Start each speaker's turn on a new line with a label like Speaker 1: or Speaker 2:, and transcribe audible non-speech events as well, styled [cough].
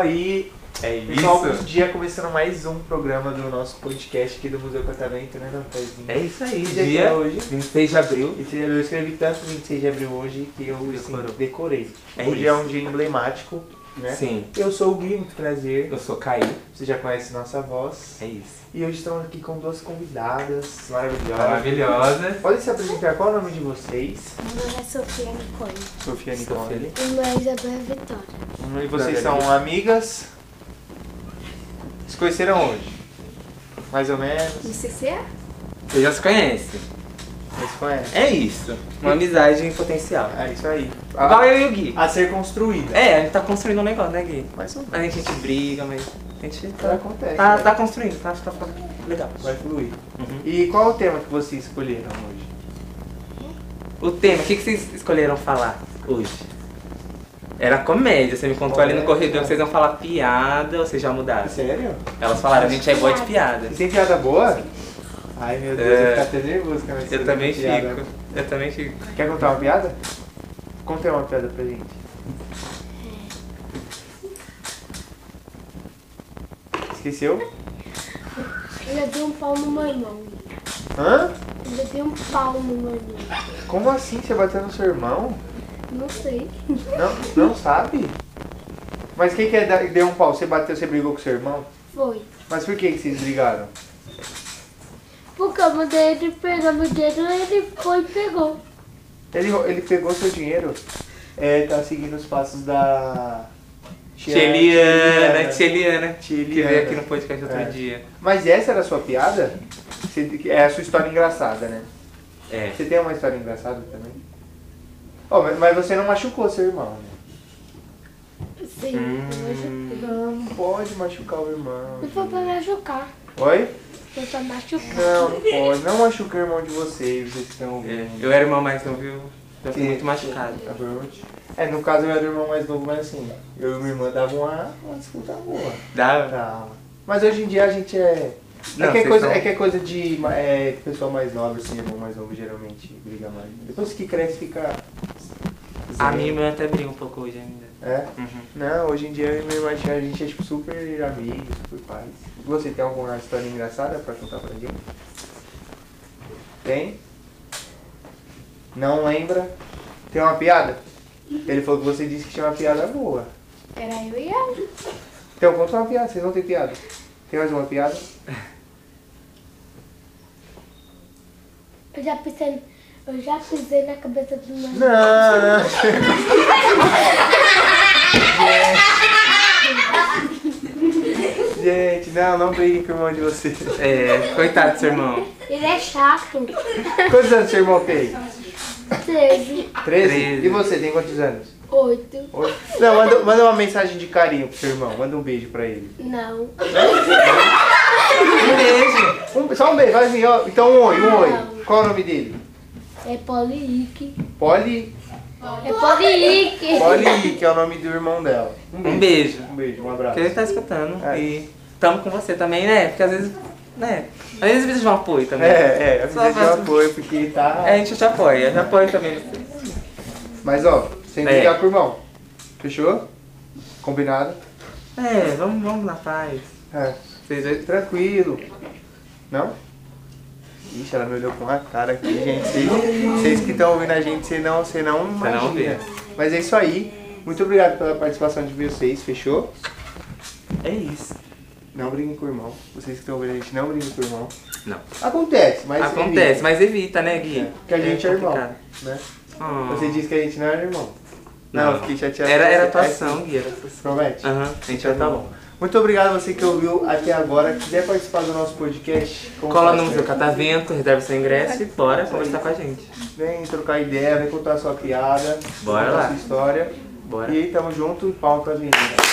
Speaker 1: Aí,
Speaker 2: É
Speaker 1: pessoal,
Speaker 2: isso.
Speaker 1: um dia começando mais um programa do nosso podcast aqui do Museu Catavento, né, Natanzinho?
Speaker 2: É isso aí,
Speaker 1: Que dia que é
Speaker 2: dia
Speaker 1: hoje?
Speaker 2: 26 de abril.
Speaker 1: Esse dia eu escrevi tanto 26 de abril hoje que eu assim,
Speaker 2: Decorou.
Speaker 1: decorei.
Speaker 2: É
Speaker 1: hoje é
Speaker 2: isso.
Speaker 1: um dia emblemático, né?
Speaker 2: Sim,
Speaker 1: Eu sou o Gui, muito prazer.
Speaker 2: eu sou Caí.
Speaker 1: Você já conhece nossa voz.
Speaker 2: É isso.
Speaker 1: E hoje estamos aqui com duas convidadas maravilhosas.
Speaker 2: Maravilhosa.
Speaker 1: Podem se apresentar, qual é o nome de vocês?
Speaker 3: Meu nome é Sofia Nicole.
Speaker 1: Sofia
Speaker 2: Nicole.
Speaker 3: E meu Isabel é Vitória.
Speaker 1: E vocês são amigas? Se conheceram hoje? Mais ou menos?
Speaker 3: No CCA?
Speaker 2: Vocês já se conhecem.
Speaker 1: Vocês conhecem?
Speaker 2: É isso. Uma amizade em potencial.
Speaker 1: É isso aí.
Speaker 2: Igual
Speaker 1: A,
Speaker 2: eu e o Gui.
Speaker 1: a ser construída.
Speaker 2: É, a gente tá construindo um negócio, né, Gui?
Speaker 1: Mais ou menos.
Speaker 2: A gente briga, mas a gente tá,
Speaker 1: Acontece.
Speaker 2: tá,
Speaker 1: né?
Speaker 2: tá construindo, tá, tá, tá legal.
Speaker 1: Vai fluir.
Speaker 2: Uhum.
Speaker 1: E qual o tema que vocês escolheram hoje?
Speaker 2: O tema, o que, que vocês escolheram falar hoje? Era comédia, você me contou ali no
Speaker 1: Comédia.
Speaker 2: corredor que vocês iam falar piada ou vocês já mudaram?
Speaker 1: Sério?
Speaker 2: Elas falaram, a gente é boa de piada.
Speaker 1: E tem piada boa? Ai meu Deus,
Speaker 2: É.
Speaker 1: eu fico até nervoso com essa
Speaker 2: Eu também fico.
Speaker 1: piada.
Speaker 2: Eu também fico.
Speaker 1: Quer contar uma piada? Conta uma piada pra gente. Esqueceu?
Speaker 3: Ainda dei um pau no meu irmão.
Speaker 1: Hã?
Speaker 3: Ainda dei um pau no meu irmão.
Speaker 1: Como assim? Você bateu no seu irmão?
Speaker 3: Não sei.
Speaker 1: Não, não sabe? Mas quem que é da- deu um pau? Você bateu, você brigou com seu irmão?
Speaker 3: Foi.
Speaker 1: Mas por que, que vocês brigaram?
Speaker 3: Porque eu mandei ele pegar meu dedo, ele foi e pegou.
Speaker 1: Ele, ele pegou seu dinheiro? É, tá seguindo os passos da. Tia-
Speaker 2: Tcheliana, Tcheliana, que
Speaker 1: Tcheliana.
Speaker 2: veio aqui no podcast outro
Speaker 1: É.
Speaker 2: dia.
Speaker 1: Mas essa era a sua piada? Você- é a sua história engraçada, né?
Speaker 2: É.
Speaker 1: Você tem uma história engraçada também? Oh, mas, mas você não machucou seu irmão, né?
Speaker 3: Sim, eu machuquei.
Speaker 1: Não pode machucar o irmão.
Speaker 3: [laughs] Não foi pra machucar.
Speaker 1: Oi?
Speaker 3: Foi pra machucar.
Speaker 1: Não, não pode. Não machuca o irmão de vocês, vocês que estão
Speaker 2: É.
Speaker 1: ouvindo.
Speaker 2: Eu era irmão mais novo, viu? Eu fui
Speaker 1: Que-
Speaker 2: muito machucado.
Speaker 1: Tá bom? É, no caso eu era o irmão mais novo, mas assim, eu e minha irmã davam uma, uma disputa boa.
Speaker 2: Dá?
Speaker 1: Tá. Mas hoje em dia a gente é.
Speaker 2: Não,
Speaker 1: é, que é,
Speaker 2: vocês
Speaker 1: coisa,
Speaker 2: tão-
Speaker 1: é que é coisa de ma- é, pessoa mais nova, assim, irmão mais novo geralmente briga mais. Depois que cresce fica.
Speaker 2: A minha irmã até briga um pouco hoje ainda.
Speaker 1: É?
Speaker 2: Uhum.
Speaker 1: Não, hoje em dia eu e minha irmã a gente é tipo, super amigo, super paz. Você tem alguma história engraçada pra contar pra gente? Tem? Não lembra? Tem uma piada? Ele falou que você disse que tinha uma piada boa.
Speaker 3: Era eu e ela.
Speaker 1: Então conta uma piada, vocês não têm piada. Tem mais uma piada?
Speaker 3: Eu já pisei, eu já pisei na cabeça do meu irmão.
Speaker 1: Não! [laughs] Gente, não, não briguem com o irmão de vocês.
Speaker 2: É, coitado do seu irmão.
Speaker 3: Ele é chato.
Speaker 1: Quantos anos seu irmão tem?
Speaker 3: Teve
Speaker 1: Treze.
Speaker 2: Treze.
Speaker 1: E você tem quantos anos?
Speaker 3: oito.
Speaker 1: Oito. Não, manda, manda uma mensagem de carinho pro seu irmão. Manda um beijo pra ele.
Speaker 3: Não.
Speaker 2: Um beijo.
Speaker 1: Um- só um beijo, faz assim, ó. Então um oi, um oi. Qual é o nome dele?
Speaker 3: É Poliique.
Speaker 1: Polly.
Speaker 3: É Poliique.
Speaker 1: Polly, que é o nome do irmão dela.
Speaker 2: Um beijo.
Speaker 1: Um beijo, um
Speaker 2: Porque
Speaker 1: abraço.
Speaker 2: ele tá escutando.
Speaker 1: É.
Speaker 2: E tamo com você também, né? Porque às vezes. Né? Às vezes precisa de um apoio também.
Speaker 1: É, é, eu
Speaker 2: Só
Speaker 1: preciso de
Speaker 2: faz-
Speaker 1: apoio porque tá.
Speaker 2: É, a gente te apoia, te apoia também.
Speaker 1: Mas ó, sem
Speaker 2: É.
Speaker 1: brigar com o irmão. Fechou? Combinado?
Speaker 2: É, vamos, vamos na paz.
Speaker 1: É.
Speaker 2: Vocês dois-
Speaker 1: Tranquilo. Não? Ixi, ela me olhou com uma cara aqui, gente. Vocês- Vocês que estão ouvindo a gente, você não, você não
Speaker 2: Você não
Speaker 1: imagina.
Speaker 2: vê.
Speaker 1: Mas é isso aí. Muito obrigado pela participação de vocês, fechou?
Speaker 2: É isso.
Speaker 1: Não briguem com o irmão. Vocês que estão ouvindo a gente, não briguem com o irmão.
Speaker 2: Não.
Speaker 1: Acontece, mas...
Speaker 2: Acontece, mas evita, né, Gui?
Speaker 1: É, porque a gente é irmão,
Speaker 2: complicado.
Speaker 1: Né?
Speaker 2: Ah.
Speaker 1: Você disse que a gente não era irmão. Não, eu fiquei chateado.
Speaker 2: Era, era
Speaker 1: Você-
Speaker 2: atuação, Gui. Era atuação.
Speaker 1: Promete?
Speaker 2: Aham, a gente vai tá bom.
Speaker 1: Muito obrigado a você que ouviu até agora. Quiser participar do nosso podcast, como
Speaker 2: Cola
Speaker 1: faz,
Speaker 2: no Museu
Speaker 1: né?
Speaker 2: Catavento, reserva seu ingresso e bora conversar com a gente.
Speaker 1: Vem trocar ideia, vem contar sua piada,
Speaker 2: Bora
Speaker 1: contar
Speaker 2: lá.
Speaker 1: sua história.
Speaker 2: Bora.
Speaker 1: E tamo junto, palco as meninas.